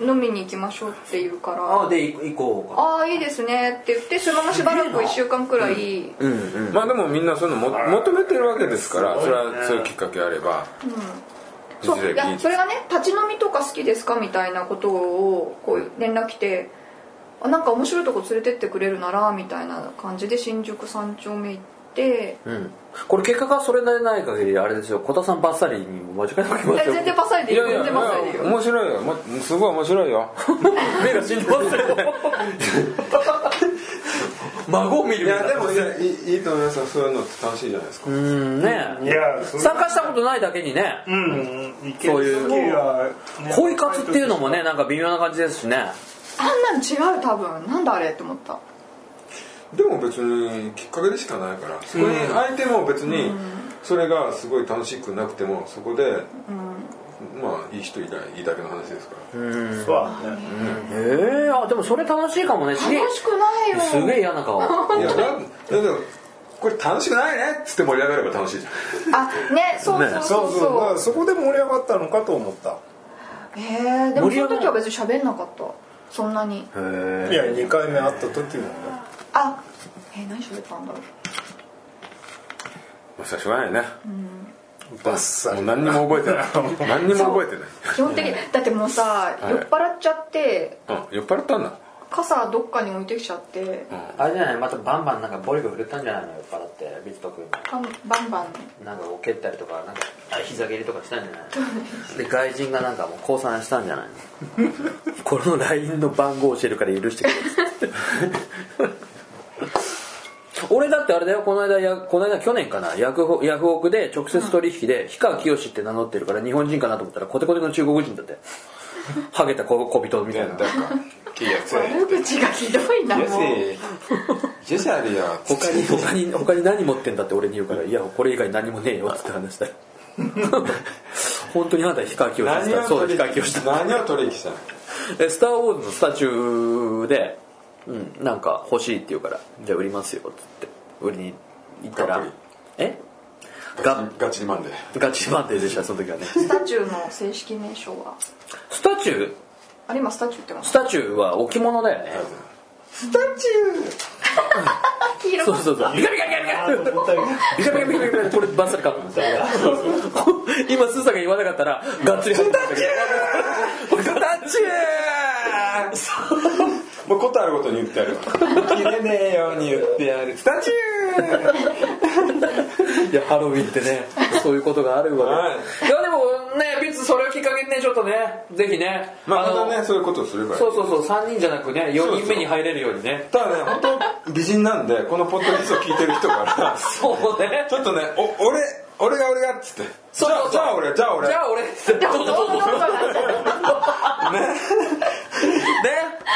S2: 飲みに行きましょうって言うから
S3: ああで行こうか
S2: ああいいですねって言ってそのまましばらく1週間くらい、
S3: うんうん
S5: まあでもみんなそういうのも求めてるわけですからそ
S4: す
S5: れ
S4: ごいね
S5: はそういうきっかけあればいず
S2: そう
S5: れ
S2: い
S5: 聞
S2: や
S5: い
S2: そ
S5: て
S2: れがね立ち飲みとか好きですかみたいなことをこう連絡来てあなんか面白いとこ連れてってくれるならみたいな感じで新宿三丁目行って
S3: うん、これ結果がそれなりない限りあれですよ小田さんバッサリにも間違いなく来ます
S2: え
S3: よ
S2: 全然パサリでい
S5: い
S2: いよ
S5: や
S2: 全
S5: いや
S2: 然
S5: ま
S2: パ
S5: あ
S2: サリでいいよ
S5: 面白いよもすごい面白いよ
S3: 目が死んでますよ孫を見る
S5: い
S3: みたいな
S5: やでもいやいいいいと思いますよそういうのって楽しいじゃないですか
S3: うん
S4: い
S3: ね
S4: やそれ
S3: 参加したことないだけにね
S4: うんうんいけ
S3: そういう
S4: 時はね
S3: 恋活っていうのもねなんか微妙な感じですしね
S2: あんなの違う多分なんだあれって思った
S5: でも別にきっかけでしかないからそこに相手も別にそれがすごい楽しくなくてもそこでまあいい人いないいいだけの話ですから
S4: そうだね
S3: ええあでもそれ楽しいかもねすげえ
S2: 楽しくないよ
S3: すげえ嫌な顔
S5: いやだだけどこれ楽しくないねっつって盛り上がれば楽しいじゃん
S2: あねそうそう
S4: そ
S2: そうう
S4: そうだか
S2: そ
S4: らそこで盛り上がったのかと思った
S2: うへえでもその時は別に喋んなかったそんなに
S4: いや2回目会った時もね
S2: あえ何喋ったんだろう
S5: まあしょうがないね
S4: バッサ
S5: も
S4: リ
S5: う何にも覚えてない何にも覚えてない
S2: 基本的にだってもうさ
S5: い
S2: 酔っ払っちゃって
S5: うん酔っ払ったんだ
S2: 傘どっかに置いてきちゃって
S3: あれじゃないまたバンバンなんかボリボリ振ったんじゃないの酔っ払ってビット君
S2: バンバンバン
S3: なんか蹴ったりとかなんか膝蹴りとかしたんじゃないで外人がなんかもう降参したんじゃないのこの LINE の番号教えるから許してくれっつって俺だってあれだよこの間やこの間去年かなヤフオヤフオクで直接取引で氷川きよしって名乗ってるから日本人かなと思ったらコテコテの中国人だってハゲた小小人みたいな
S5: 気やつ
S2: 悪口がひどいなもう
S5: ジェシャリや
S3: 他に他に他に何持ってんだって俺に言うから「いやこれ以外何もねえよ」って話したよ 本当にあなた氷川きよしで
S5: 何
S3: すか
S5: を
S3: そうだ
S5: 取
S3: 氷川き
S5: 引
S3: よし
S5: し
S3: だ
S5: た何を取引したの
S3: えスター・ウォーズのスタチューで、うん、なんか欲しいって言うから「じゃあ売りますよ」っつって売りに行った
S5: が
S3: ら
S5: っぷ
S3: えガ
S5: ガチリマンで
S3: ガチマンデーでしたその時はね
S2: スタチューの正式名称は
S3: スタチュー
S2: あれ今スタチューってます
S3: スタチューは置物だよね
S2: スタチュー黄色か
S3: そう
S2: った
S3: そうそうビカビカビカビカビカビカビカビカビカこれバッサリカットですよ 今スーさんが言わなかったらガッツリスタチュースタチュー
S5: もうことあることに言ってやるわ 切れねえように言ってやるスタチュー
S3: いやハロウィンってねそういうことがあるわけ、い、やでもねビッツそれをきっかけにねちょっとねぜひね
S5: まあ
S3: の
S5: またねそういうことをすればいい
S3: そうそうそう3人じゃなくね4人目に入れるようにね
S5: ただね本当美人なんでこのポッドキャストを聞いてる人から
S3: そうね
S5: ちょっとねお俺俺が俺がっつってじゃあじゃあ俺じゃあ俺
S3: じゃあ俺ってどうぞどうぞ ね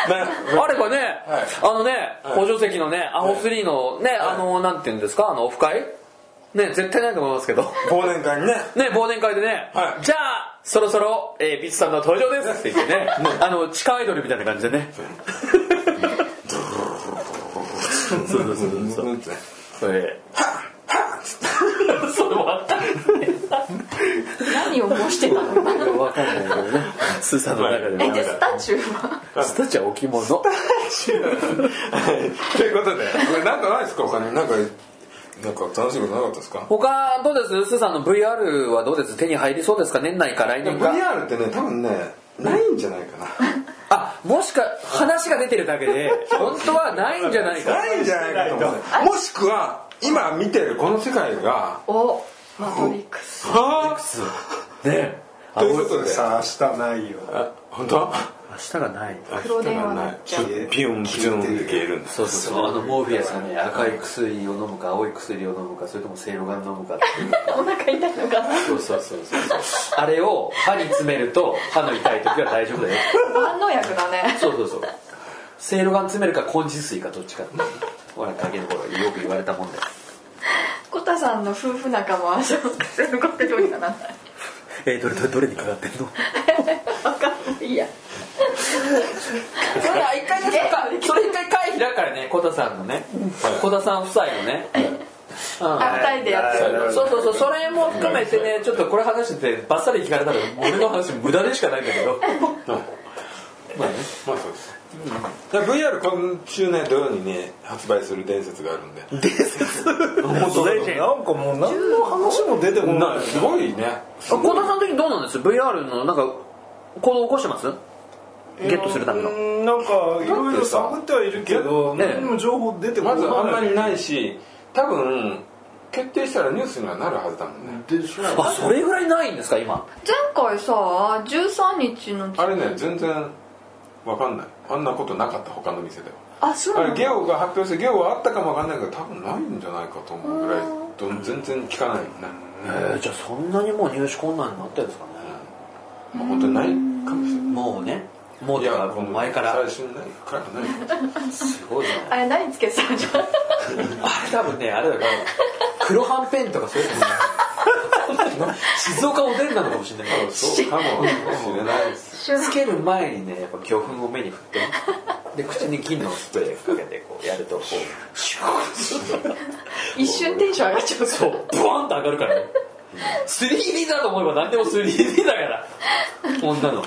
S3: あればね、
S5: はい
S3: あのね、補助席のねアホ3のね、あのなんていうんですかあのオフ会ね絶対ないと思いますけど
S5: 忘年会にね
S3: ね忘年会でね、
S5: はい
S3: じゃあそろそろ、えー、ビッツさんの登場ですって言ってねあの地下アイドルみたいな感じでねそうそうそうそうそう
S5: うんって
S3: それそれ もあった
S2: 何を模してたの
S3: わかんないけどね スーさんの中で
S2: え
S3: も
S2: じゃあスタチューは
S3: スタチューは置物
S5: ということでこれなんかないですか他になんかなんか楽しいことなかったですか
S3: 他どうですスーさんの VR はどうです手に入りそうですか年内か来年か
S5: VR ってね多分ねないんじゃないか
S3: あもしか話が出てるだけで本当はないんじゃない
S5: な
S3: か
S5: ないんじゃないかと思うねもしくは今見てるこの世界が
S2: おマトリックス
S5: は
S3: ね
S5: あということで
S4: さあ明日ないよ
S5: あ本当
S3: 明日がない
S2: 黒電話になっちゃう
S5: ピヨンピヨンで消えるんです
S3: そうそうそうあのモービアスがね赤い薬を飲むか青い薬を飲むかそれともせいろがん飲むかっていう
S2: お腹痛いのかな
S3: そうそうそうそうあれを歯に詰めると歯の痛い時は大丈夫だよ
S2: 万能薬だね
S3: そうそうそうせいろがん詰めるか根治水かどっちかって俺だけの頃よく言われたもんだよ
S2: コタさんの夫婦仲もあそこすごくどうにかならない
S3: えーどれどれどれにかかってるの
S2: 分かんないいや
S3: それは一回ですそれ一回会開くからね小田さんのね小田さん夫妻のね、うん
S2: あ二人でやってる
S4: はい
S3: そうそうそうそれも含めてね ちょっとこれ話しててバッサリ聞かれたら俺の話無駄でしかないんだけど まあね
S5: まあそうです、だから VR 今週ね土曜にね発売する伝説があるんで
S4: なんかもう何の話も出てこない
S5: なすごいね
S3: 小田さんの時どうなんです VR のなんか行動起こしてますゲットするための
S4: うんなんかいろいろ探ってはいるけど
S3: ね
S4: 何も情報出てこな
S5: ま
S4: い
S5: ずあんまりないし多分決定したらニュースにはなるはずだもんね
S4: でしょ
S3: あそれぐらいないんですか今
S2: 前回さ13日の
S5: あれね全然わかんないあんなことなかった他の店では
S2: あそう
S5: あ
S2: な
S5: れ
S2: の
S5: ゲオが発表してゲオはあったかもわかんないけど多分ないんじゃないかと思うぐらいど全然聞かないよね、
S3: えーじゃあそんなにもう入手困難になってるんですかね
S5: まあ本当にないかもしれない
S3: もうねもう
S5: い
S3: だから
S5: やこの
S3: 前から
S5: 最初にないからない
S3: すごいね
S2: あれ何つけてたのじゃあ
S3: あれ多分ねあれだから黒はんぺんとかそういうのね 静岡おでんなのかもしれない
S5: そうかもしれないです
S3: つける前にねやっぱ魚粉を目に振ってで口に金のスプレーかけてこうやるとこうシュー
S2: 一瞬テンション上がっちゃう
S3: そうブワンと上がるからね 3D だと思えば何でも 3D だからこんなの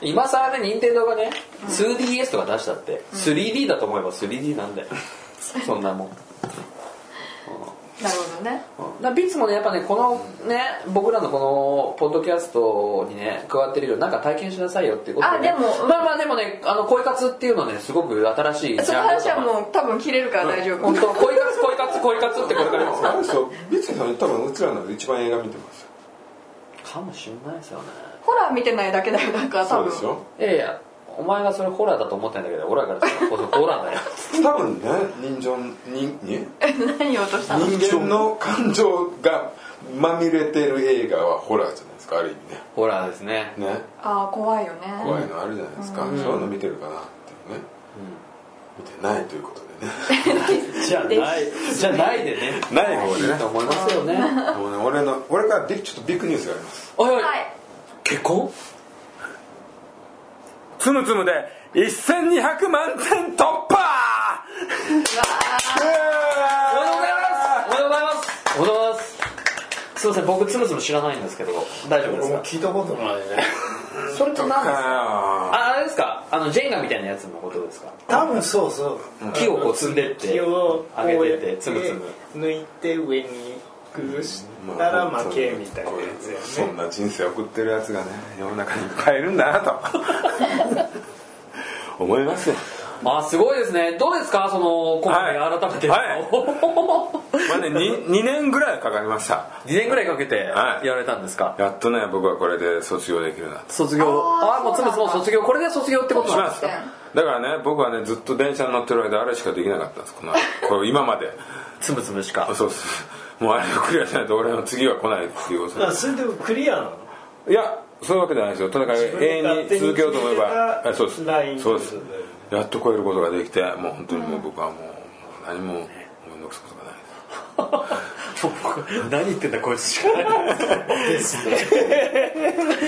S3: 今更ね任天堂がね 2DS とか出したって 3D だと思えば 3D なんだよ そんなもん
S2: なるほどね
S3: だからビッツもねやっぱねこのね僕らのこのポッドキャストにね加わってるようなんか体験しなさいよっていうことね
S2: あでも
S3: まあまあでもねあの恋活っていうのはねすごく新しい
S2: その話は
S3: う
S2: もう多分切れるから大丈夫、
S3: 本当恋活恋活恋活ってこれからですよ
S5: あれでしょビッチさん多分うちらの中で一番映画見てますよ
S3: かもしんないですよね
S2: ホラー見てないだけだよだから多
S5: そう
S2: 分
S5: でしょ
S3: いやいやお前がそれホラーだと思ってんだけど俺らからしたらこれホラーだよ
S5: 多分ね人情人に
S2: 何を落としたの
S5: 人間の感情がまみれてる映画はホラーじゃないですかある意味
S3: ホラーですね
S5: ねね
S2: ああ怖いよね
S5: 怖いのあるじゃないですか、そういうの見てるかなっていうね、見てないということでね
S3: じゃないじゃないでね
S5: ない方で
S3: いい
S5: ね
S3: と思いますよねは
S5: もうね俺の俺からビちょっとビッグニュースがあります
S3: いはい
S2: はい
S3: 結婚
S5: つむつむで1200万点突破
S3: おめでとうございます。おめでとうございます。おめでとうございます。すみません、僕つむつむ知らないんですけど、大丈夫です
S4: もう
S3: か。
S4: 聞いたことないね
S3: それと何ですか。
S5: あ
S3: あ、あれですか。あのジェンガみたいなやつのことですか。
S4: 多分そうそう
S3: 木をこう積んでって、
S4: 気を
S3: 上げてって、つむつむ。
S4: 抜いて上に崩し
S5: ー
S4: たら負けみたいなやつ
S5: そ
S4: やね
S5: んな人生送ってるやつがね世の中にいっぱいいるんだなと思いますよ
S3: あ、すごいですね。どうですか、その今回
S5: はい
S3: 改めて。
S5: はい
S3: 2
S5: まあね 2, 年ぐらいかかりました
S3: 年ぐらいかけて
S5: はい
S3: やられたんですか。
S5: やっとね僕はこれで卒業できるなと
S3: 卒業。あ
S2: あー
S3: ー、もうつむつむも卒業。これで卒業ってこと
S5: し
S3: なん
S5: ま
S3: ですす
S5: だ
S3: か。
S5: からね僕はねずっと電車に乗ってる間あれしかできなかったんですこのこれ今まで
S3: つむつむしか
S5: あ。そうですもうあれをクリアしないと俺の次は来ないっていうこと
S4: あそれでもクリアなの
S5: いやそういうわけじゃないですよ戦い
S4: 分
S5: 永
S4: で
S5: 遠に続けようと思えば
S4: 勝手
S5: あ
S4: にライン
S5: そうですそうです
S4: ってことだよね
S5: やっと超えることができてもう本当にもう僕はもうもう何も思い残すことがないです
S3: 何言ってんだこいつしかない。
S5: い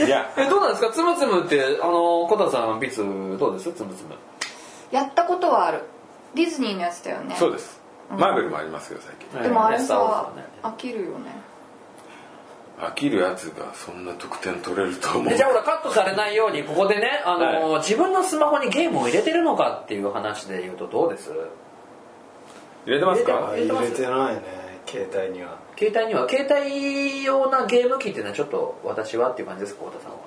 S5: や
S3: えどうなんですかつむつむってあの小田さんビツどうですつむつむ
S2: やったことはあるディズニーのやつだよね
S5: そうですマーベルもありますよ最
S2: で
S5: 近
S2: もあれ
S3: スターウォー
S2: さ
S3: ズだね
S2: 飽きるよね
S5: 飽きるやつがそんな得点取れると思う
S3: でじゃあほらカットされないようにここでねあの、
S5: は
S3: 自分のスマホにゲームを入れてるのかっていう話で言うとどうです
S5: 入れてます
S3: あ
S5: か
S3: 入れてます
S4: 入れてないね携帯には
S3: 携帯には携帯用なゲーム機っていうのはちょっと私はっていう感じですか小田さんは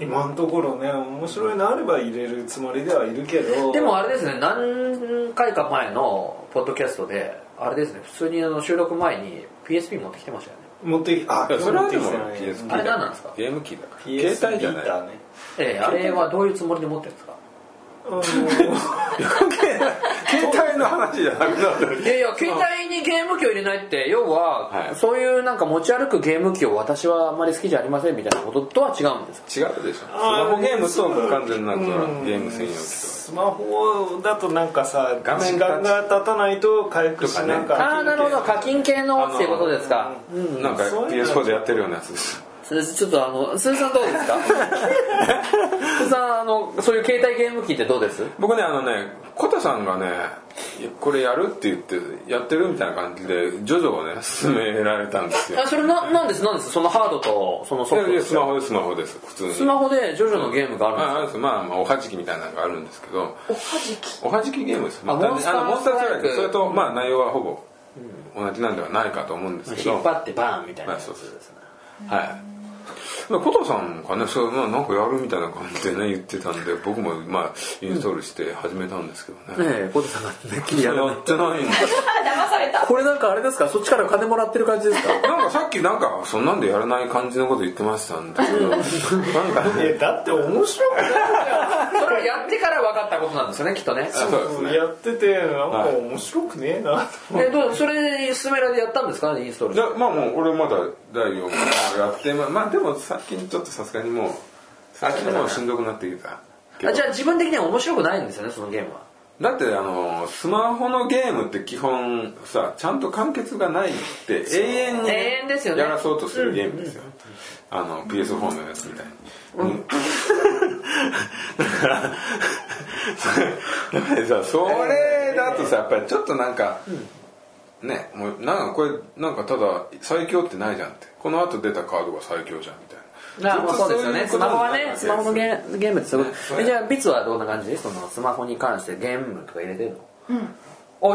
S4: 今のところね面白いのあれば入れるつもりではいるけど
S3: でもあれですね何回か前のポッドキャストであれですね普通にあの収録前に PSP 持ってきてましたよね
S4: 持ってきあ
S5: いやそれはでも
S4: 持ってきてない
S5: PSP
S3: あれ何なんですか
S5: ゲーム機だから
S4: PS
S5: 携帯じゃない
S4: ビーターね
S3: ええあれはどういうつもりで持ってるんですか
S4: あの
S5: 携帯の話じゃなくなってる
S3: いやいや携帯にゲーム機を入れないって要は、
S5: はい
S3: そういうなんか持ち歩くゲーム機を私はあんまり好きじゃありませんみたいなこととは違うんですか
S5: 違うでしょスマホゲームともう完全なそのゲーム専用機と
S4: スマホだとなんかさ
S5: 画面
S4: 時間が経たないと回復しな
S5: と
S4: か
S5: か
S4: った
S3: ああーなるほど課金系のっていうことですか、
S5: かなんか
S4: そういうの
S5: PS4 でやってるようなやつです
S3: それちょっとあの鈴さんどうですか鈴さんあのそういう携帯ゲーム機ってどうです
S5: 僕ねあのねコタさんがねいやこれやるって言ってやってるみたいな感じで徐々ね進められたんですよ
S3: あそれななんですなんですそのハードとそのソ
S5: い
S3: フ
S5: や
S3: ト
S5: い
S3: で
S5: や
S3: す
S5: スマホですスマホです普通に
S3: スマホでジョジョのゲームがあるんです
S5: まああれですまあまあおはじきみたいなのがあるんですけど
S2: おはじき
S5: おはじきゲームです
S3: あ
S5: また
S3: モンスター
S5: あのモンスターストラ
S3: ストラ
S5: イ
S3: イ
S5: ク
S3: ク
S5: それとまあ内容はほぼ同じなんではないかと思うんですけど
S3: 引っ張ってバーンみたいな
S5: まあ
S3: やつ
S5: そう
S3: で
S5: そう
S3: すねはい
S5: まあ、コトさんがねそれまあなんかやるみたいな感じでね言ってたんで僕もまあインストールして始めたんですけどね、
S3: ねえポテさんがてっきり
S5: や
S3: やらない
S5: ってないんです
S2: あ騙された
S3: これなんかあれですかそっちから金もらってる感じですか
S5: なんかさっきなんかそんなんでやらない感じのこと言ってましたんだけどなんかね
S4: えだって面白くない
S3: それはやってから分かったことなんですよねきっとね
S5: あそうですね
S4: やっててなんか面白くねえな
S3: えどうそれでスメラでやったんですかねインストール
S5: じゃあまあもう俺まだ第4話やってまあまあでも最近ちょっとさすがにもう最近もうしんどくなってきたけど
S3: あじゃあ自分的には面白くないんですよねそのゲームは
S5: だってあのスマホのゲームって基本さちゃんと完結がないって永遠に
S3: 永遠ですよね
S5: やらそうとするゲームですよ、あの PS4 のやつみたいに、うんだからだから さそれだとさやっぱりちょっとなんか、ねもうなんかこれなんかただ最強ってないじゃんってこの後出たカードが最強じゃんみたいな
S3: あまあそうですよ
S5: ず
S3: ね
S5: っ
S3: ス
S5: とそういうこと
S3: マホは
S5: にな
S3: ね
S5: って
S3: スマホのゲーゲームってすごいえ
S5: れ
S3: じゃあビツはどんな感じそのスマホに関してゲームとか入れてるのうん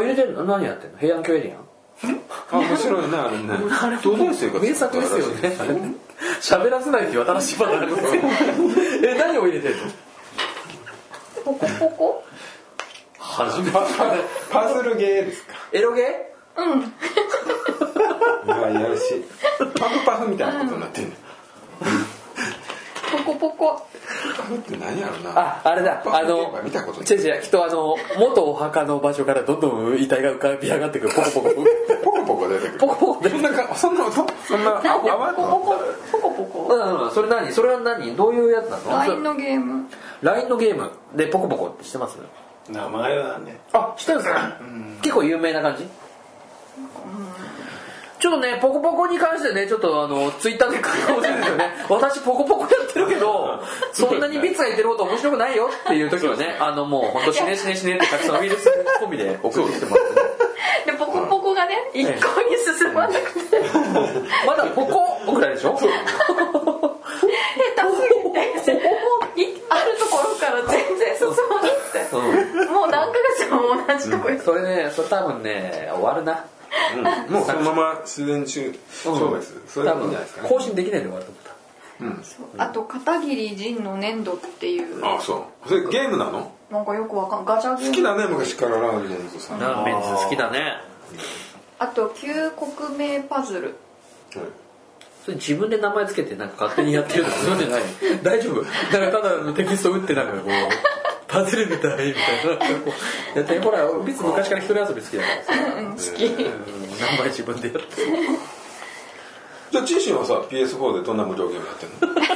S3: あ入れてるの何やってんの平安京エリアン
S5: あ面白いねあれね同年生が
S3: 名作ですよね 喋らせないっていう新しいパタ ーンですよえ何を入れてるの
S2: ポコポコ
S3: 初めて
S5: パパズルゲーですか
S3: エロゲ
S5: いやいやらしいパフパフみたいなことになってんの
S2: ポコポコ
S5: パフって何やろな
S3: ああれだ
S5: パ
S3: あ
S5: フゲー
S3: の
S5: ムは見たことない
S3: 違う違うきっとあの元お墓の場所からどんどん遺体が浮かび上がってくるポコポコ
S5: ポコポコ出てくる
S3: ポコポコ出
S5: そんなかそんな音そんな泡
S2: ポコポコポコポコ
S3: うんうんそれ何それは何どういうやつなの
S2: LINE のゲーム
S3: LINE のゲームでポコポコってしてます
S4: 名前はね
S3: あ知ってるんですか結構有名な感じちょっとねポコポコに関してねちょっとあのツイッターで書いてほしいんです よね私ポコポコやってるけどそんなにビッツが言ってること面白くないよっていう時はねあのもう本当死ね死ね死ねって書きそのウイルス込み で送ってきてもらってね
S2: でポコポコがね一向に進まなくて下
S3: まだポコぐらいでしょ
S2: 手すぎていあるところから全然進まなくて
S3: う
S2: もう何ヶ月も同じとこに
S3: ん それねそれ多分ね終わるな
S5: うんもうそのまま自然中そうですそれ
S3: 多
S5: でいい
S3: 分
S5: んじゃないですかね
S3: 更新できないで終わると思った
S2: あと片桐仁の粘土っていう
S5: あそうそれゲームなの
S2: なんかよくわかんガチャゲーム
S5: 好きだね昔からラーメンズさん
S3: ラーメンズ好きだね
S2: あと旧国名パズル
S3: それ自分で名前つけてなんか勝手にやってるとかそういうんじゃない大丈夫なんかただのテキスト打ってなんかこう パズルみたいみたいなこうやってほら別に昔から一人遊び好きだから
S2: うん好き
S3: うん名前自分でやって
S5: じゃあチーシンはさ PS4 でどんな無料ゲームやってんの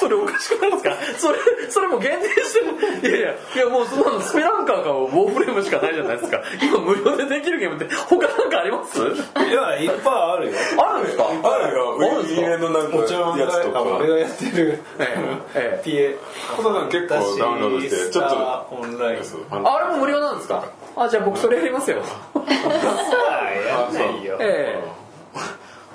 S3: それおかしくないですかそれそれもう限定してるいやいやいやもうそんなのスペランカーかウォーフレームしかないじゃないですか今無料でできるゲームって他なんかあります
S4: いやいっぱいあるよ
S3: あるんですか
S5: ある
S3: ある
S5: よ
S3: んです
S5: 因
S3: か
S5: 縁のなんか
S4: もちろん
S5: やつとか
S4: あ俺がやってる
S3: ええ
S4: PA
S5: コタさん結構ダウンロードしてちょっと
S4: オンライン
S5: そう
S3: あれも無料なんですかあじゃあ僕それやりますよ
S4: やんないよ
S3: ええ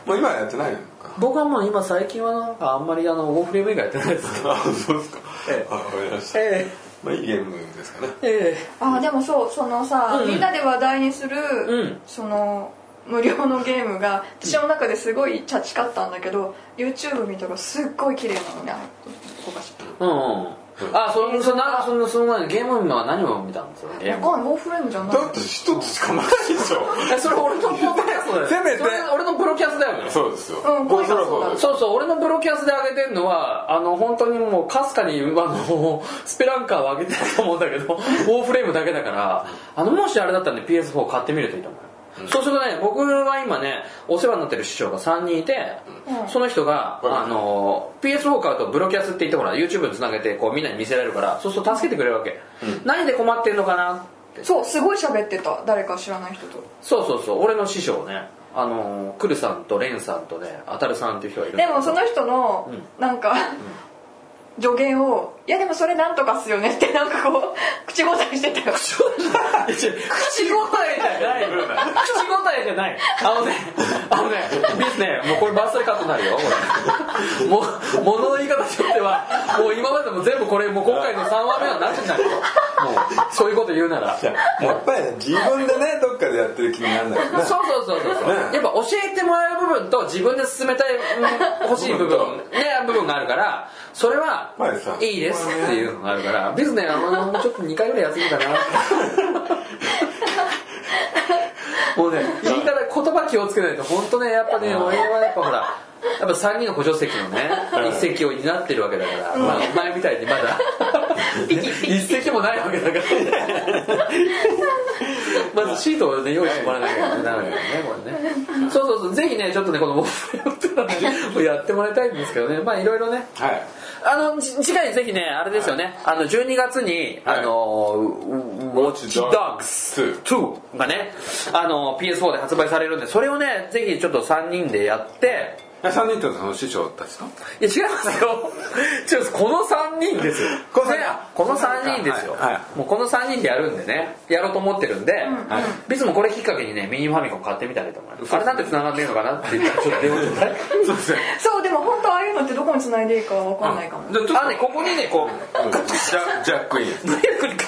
S5: もう今はやってないのか
S3: 僕はもう今最近はなんかあんまりあのウォーフレーム以外やってないです
S5: あそうですか
S3: ええ
S5: あわかりました
S3: え
S5: まあいいゲームですかね
S3: ええ
S2: あでもそうそのさ、
S3: うん
S2: みんなで話題にする、
S3: うん
S2: その無料のゲームが私の中ですごいチャチかったんだけど YouTube 見たらすっごい綺麗なのねあここが
S3: うんうんあそのそのなそのその前にゲームは何を見たんですよゲーム
S2: わかんないウォーフレームじゃない
S5: だって一つしかないでしょ
S3: えそれ俺の ポッドキャストだよ
S5: せめて
S3: それ俺のプロキャスだよね
S5: そうですよ
S2: うん
S5: 僕ら
S2: これが
S5: です
S3: そうそう俺のプロキャスで上げてるのはあの本当にもうかすかにあのスペランカーを上げてると思うんだけどウ ォーフレームだけだからあのもしあれだったらね PS4 買ってみるといいと思うよそうするとね僕は今ねお世話になってる師匠が3人いて、
S2: うん
S3: その人が、
S5: うん
S3: あの PS4 買うとブロキャスって言ってほら YouTube につなげてこうみんなに見せられるからそうすると助けてくれるわけ、何で困ってんのかなって
S2: そうすごい喋ってた誰か知らない人と
S3: そうそうそう俺の師匠ねあのークルさんとレンさんとねアタルさんっていう人がいるんだ
S2: で
S3: けど
S2: もその人のなんか、助言を「いやでもそれなんとかっすよね」ってなんかこう口答えしてたよ
S3: 口答えじゃない口答えじゃないあのねあのねですねもうこれバースデーカットになるよこれもう物の言い方によってはもう今までも全部これもう今回の3話目はなしになるよもうそういうこと言うならそう
S5: やっぱりね自分でねどっかでやってる気になるんだけどね
S3: そうそうそうそうやっぱ教えてもらえる部分と自分で進めたいうん欲しい部分ね部分があるからそれは
S5: 前さ
S3: いいですっていうのがあるからビズねあのもうちょっと2回ぐらい休みかな もうね言い方言葉気をつけないと本当ねやっぱね俺はやっぱほらやっぱ3人の補助席のね一席を担ってるわけだから、まあ、前みたいにまだ 一席もないわけだからまずシートを、ね、用意してもらわなきゃいけないねこれねそうそうそうぜひねちょっとねこのモフレオってのを やってもらいたいんですけどねまあいろいろね
S5: はい
S3: あのじ次回ぜひねあれですよね、あの12月に、
S5: はい
S3: あのウォッチ
S5: Watch
S3: ド
S5: Dogs
S3: ッグス2がねあの PS4 で発売されるんでそれをねぜひちょっと3人でやって
S5: え三人とその師匠たちと
S3: いや違いますよ違いますこの3人ですよ
S5: この三人
S3: ねこの3人ですよ、
S5: はいは
S3: もうこの3人でやるんでねやろうと思ってるんで、
S5: はい
S3: いつもこれきっかけにねミニファミコン買ってみたりとか、あれなんて繋がってるのかなって言ったらちょっと電話 ちょうだい
S5: そうですね
S2: そうでも本当ああいうのってどこに繋いでいいかわかんないかも
S5: じゃあちょっ
S3: あのねここにねこう
S5: とジャジャックイン
S3: ブレークにか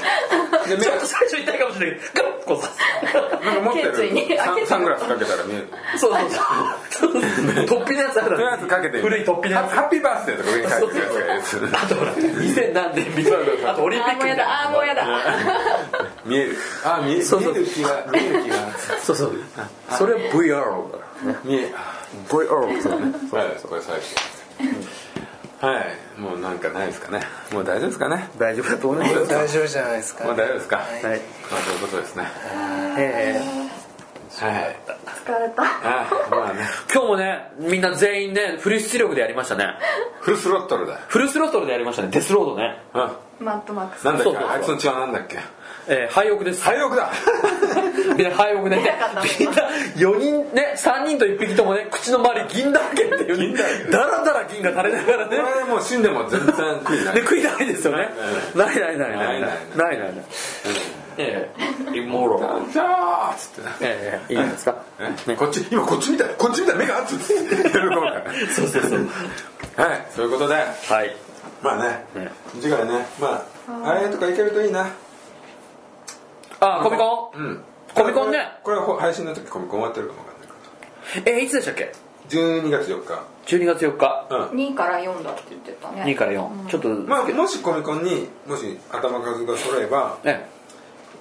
S3: ちょっと最初痛いかもしれないけどガッとこうさ
S5: なんか持って
S2: 頸椎に
S5: るサンサングラスかけたら見える
S3: そう そうそう突飛のやつある
S5: とりあえずかけて
S3: 古い突飛のや
S5: ハハッピーバースデーとか上に書いてるやつ
S3: つあと ほら2000何年みたいなあとオリンピ
S2: あー
S3: ッ
S2: も
S3: ク
S2: うや
S3: みたいな
S2: だあーもうやだ
S5: 見えるあ見え
S3: そうそう
S5: 見える気が見える気が
S3: そうそうそれは VR だからね
S5: 見え
S3: VR そうね
S5: はいこれ最後はいもうなんかないですかねもう大丈夫ですかね
S3: 大丈夫だと思います
S4: 大丈夫じゃないですか
S5: もう大丈夫ですかはい
S3: はい
S5: まあそういうことですね
S3: え
S5: はい
S2: 疲れた
S5: あまあね
S3: ー今日もねみんな全員ねフル出力でやりました ね
S5: フルスロットルだ
S3: フルスロットルでやりましたねデスロードね
S5: うん
S2: マットマックス
S5: なんだ
S3: そ
S5: っ
S3: うそう
S5: け
S3: そう
S5: あいつの血はなんだっけ
S3: えー、廃屋です
S5: 体力だ
S3: みんな早くねみん
S2: 見たかった
S3: な4人ね3人と1匹ともね口の周り銀だらけっていうねだらだら銀が垂れながら
S5: こ
S3: ね
S5: れもう死んでも全然悔いない
S3: で食いないですよねないないないないないな
S5: な
S3: いないないええイモロ
S5: じゃあっつって
S3: ええいいんですか
S5: ね、こっち今こっち見たいこっち見たい目が熱いっつって 喜ぶから
S3: そうそうそう
S5: はいそういうことで
S3: はい
S5: まあね次回ねまああれとかいけるといいな
S3: あコミコン
S5: うん
S3: コミコンね
S5: これこれ配信の時コミコン終わってるかもわかんないから
S3: えいつでしたっけ
S5: 12月4日
S3: 12月4日
S5: うん
S2: 2から4だって言ってたね
S3: 2から4ちょっと
S5: まあもしコミコンにもし頭数が揃えば
S3: ね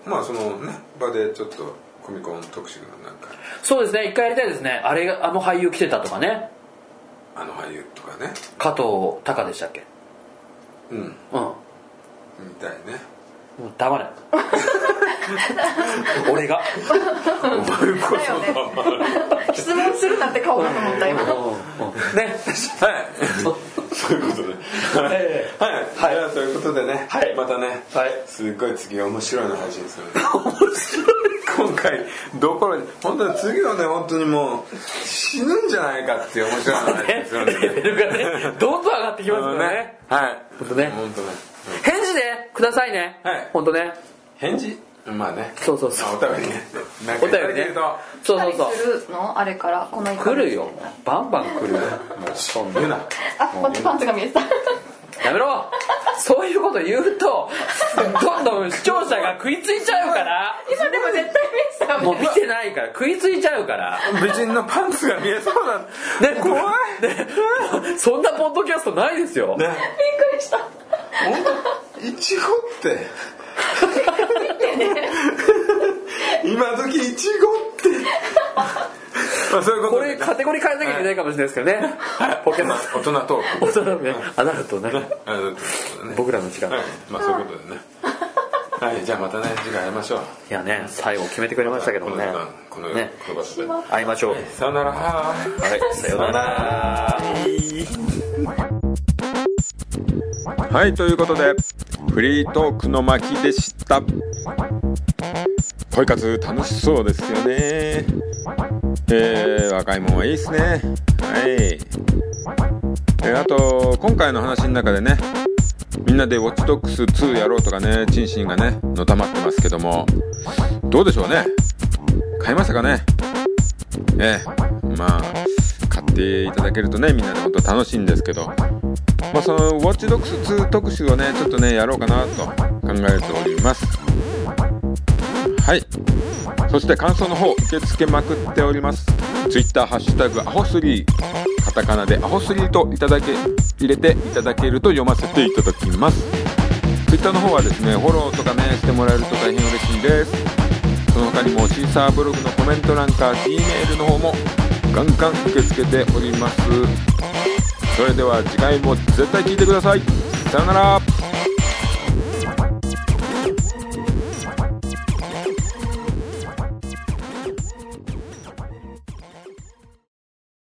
S5: まあそのね場でちょっとコミコン特集のなんか
S3: そうですね一回やりたいですねあれがあの俳優来てたとかね
S5: あの俳優とかね
S3: 加藤隆でしたっけ
S5: うん
S3: うん
S5: みたいね
S3: もう黙 れ俺が
S2: だよね質問するなって顔だと思った今
S3: ね
S5: はい そういうことで
S3: え
S5: はい、はい、ということでね、
S3: はい
S5: またね、
S3: はい
S5: すっごい次面白いの配信する面白い今回どころに本当に次はね本当にもう死ぬんじゃないかっていう面白いの配信するんで
S3: レベルがねどんどん上がってきます
S5: あ
S3: か
S5: の
S3: らね
S5: ねはい
S3: 本当ね
S5: 本当ね
S3: 返事ねくださいね
S5: はい
S3: 本当ね
S5: 返事まあね
S3: そうそうそう
S5: まあお便りねなんか
S3: お
S5: いただ
S3: 便り
S5: け
S3: ね
S5: ると
S3: そうそうそう
S2: 来るのあれからこの1
S3: 来るよバンバン来るよもうそんな
S5: 言うな
S2: あ待ってパンツが見えてた
S3: やめろそういうこと言うとどんどん視聴者が食いついちゃうから
S2: 今でも絶対見えてたよね
S3: もう見てないから食いついちゃうから
S5: 美人のパンツが見えそうだ
S3: ね
S5: 怖い
S3: ねそんなポッドキャストないですよ
S2: び
S5: ね
S2: っくりした
S5: 本当いちごって今時いちごってまあそういうこ
S3: こと
S5: で
S3: れ
S5: ね
S3: カテゴリー変えなきゃいけないかもしれないですけどねポケモン
S5: 大人トーク
S3: 大人ねアナルトね
S5: あのということでね
S3: 僕らの時間
S5: はいまあそういうことでねはいじゃあまたね次回会いましょう
S3: いやね最後決めてくれましたけどもね
S5: この時間この,、
S3: ね
S5: この場所で
S3: 会いましょう
S5: さよなら
S3: はいさようなら
S1: はい、ということで、フリートークの巻でした。ポイ活楽しそうですよねえー、若いもんはいいっすねはいえーあと今回の話の中でねみんなで「ウォッチドックス2」やろうとかねチンシンがねのたまってますけどもどうでしょうね買いましたかねええまあ買っていただけるとねみんなで本当楽しいんですけどまあその「ウォッチドックス2」特集をねちょっとねやろうかなと考えておりますはいそして感想の方受け付けまくっております Twitter ハッシュタグアホ3カタカナでアホ3といただけ入れていただけると読ませていただきます Twitter の方はですねフォローとかねしてもらえると大変嬉しいですその他にもシーサーブログのコメント欄か G メールの方もガンガン受け付けておりますそれでは次回も絶対聞いてくださいさよなら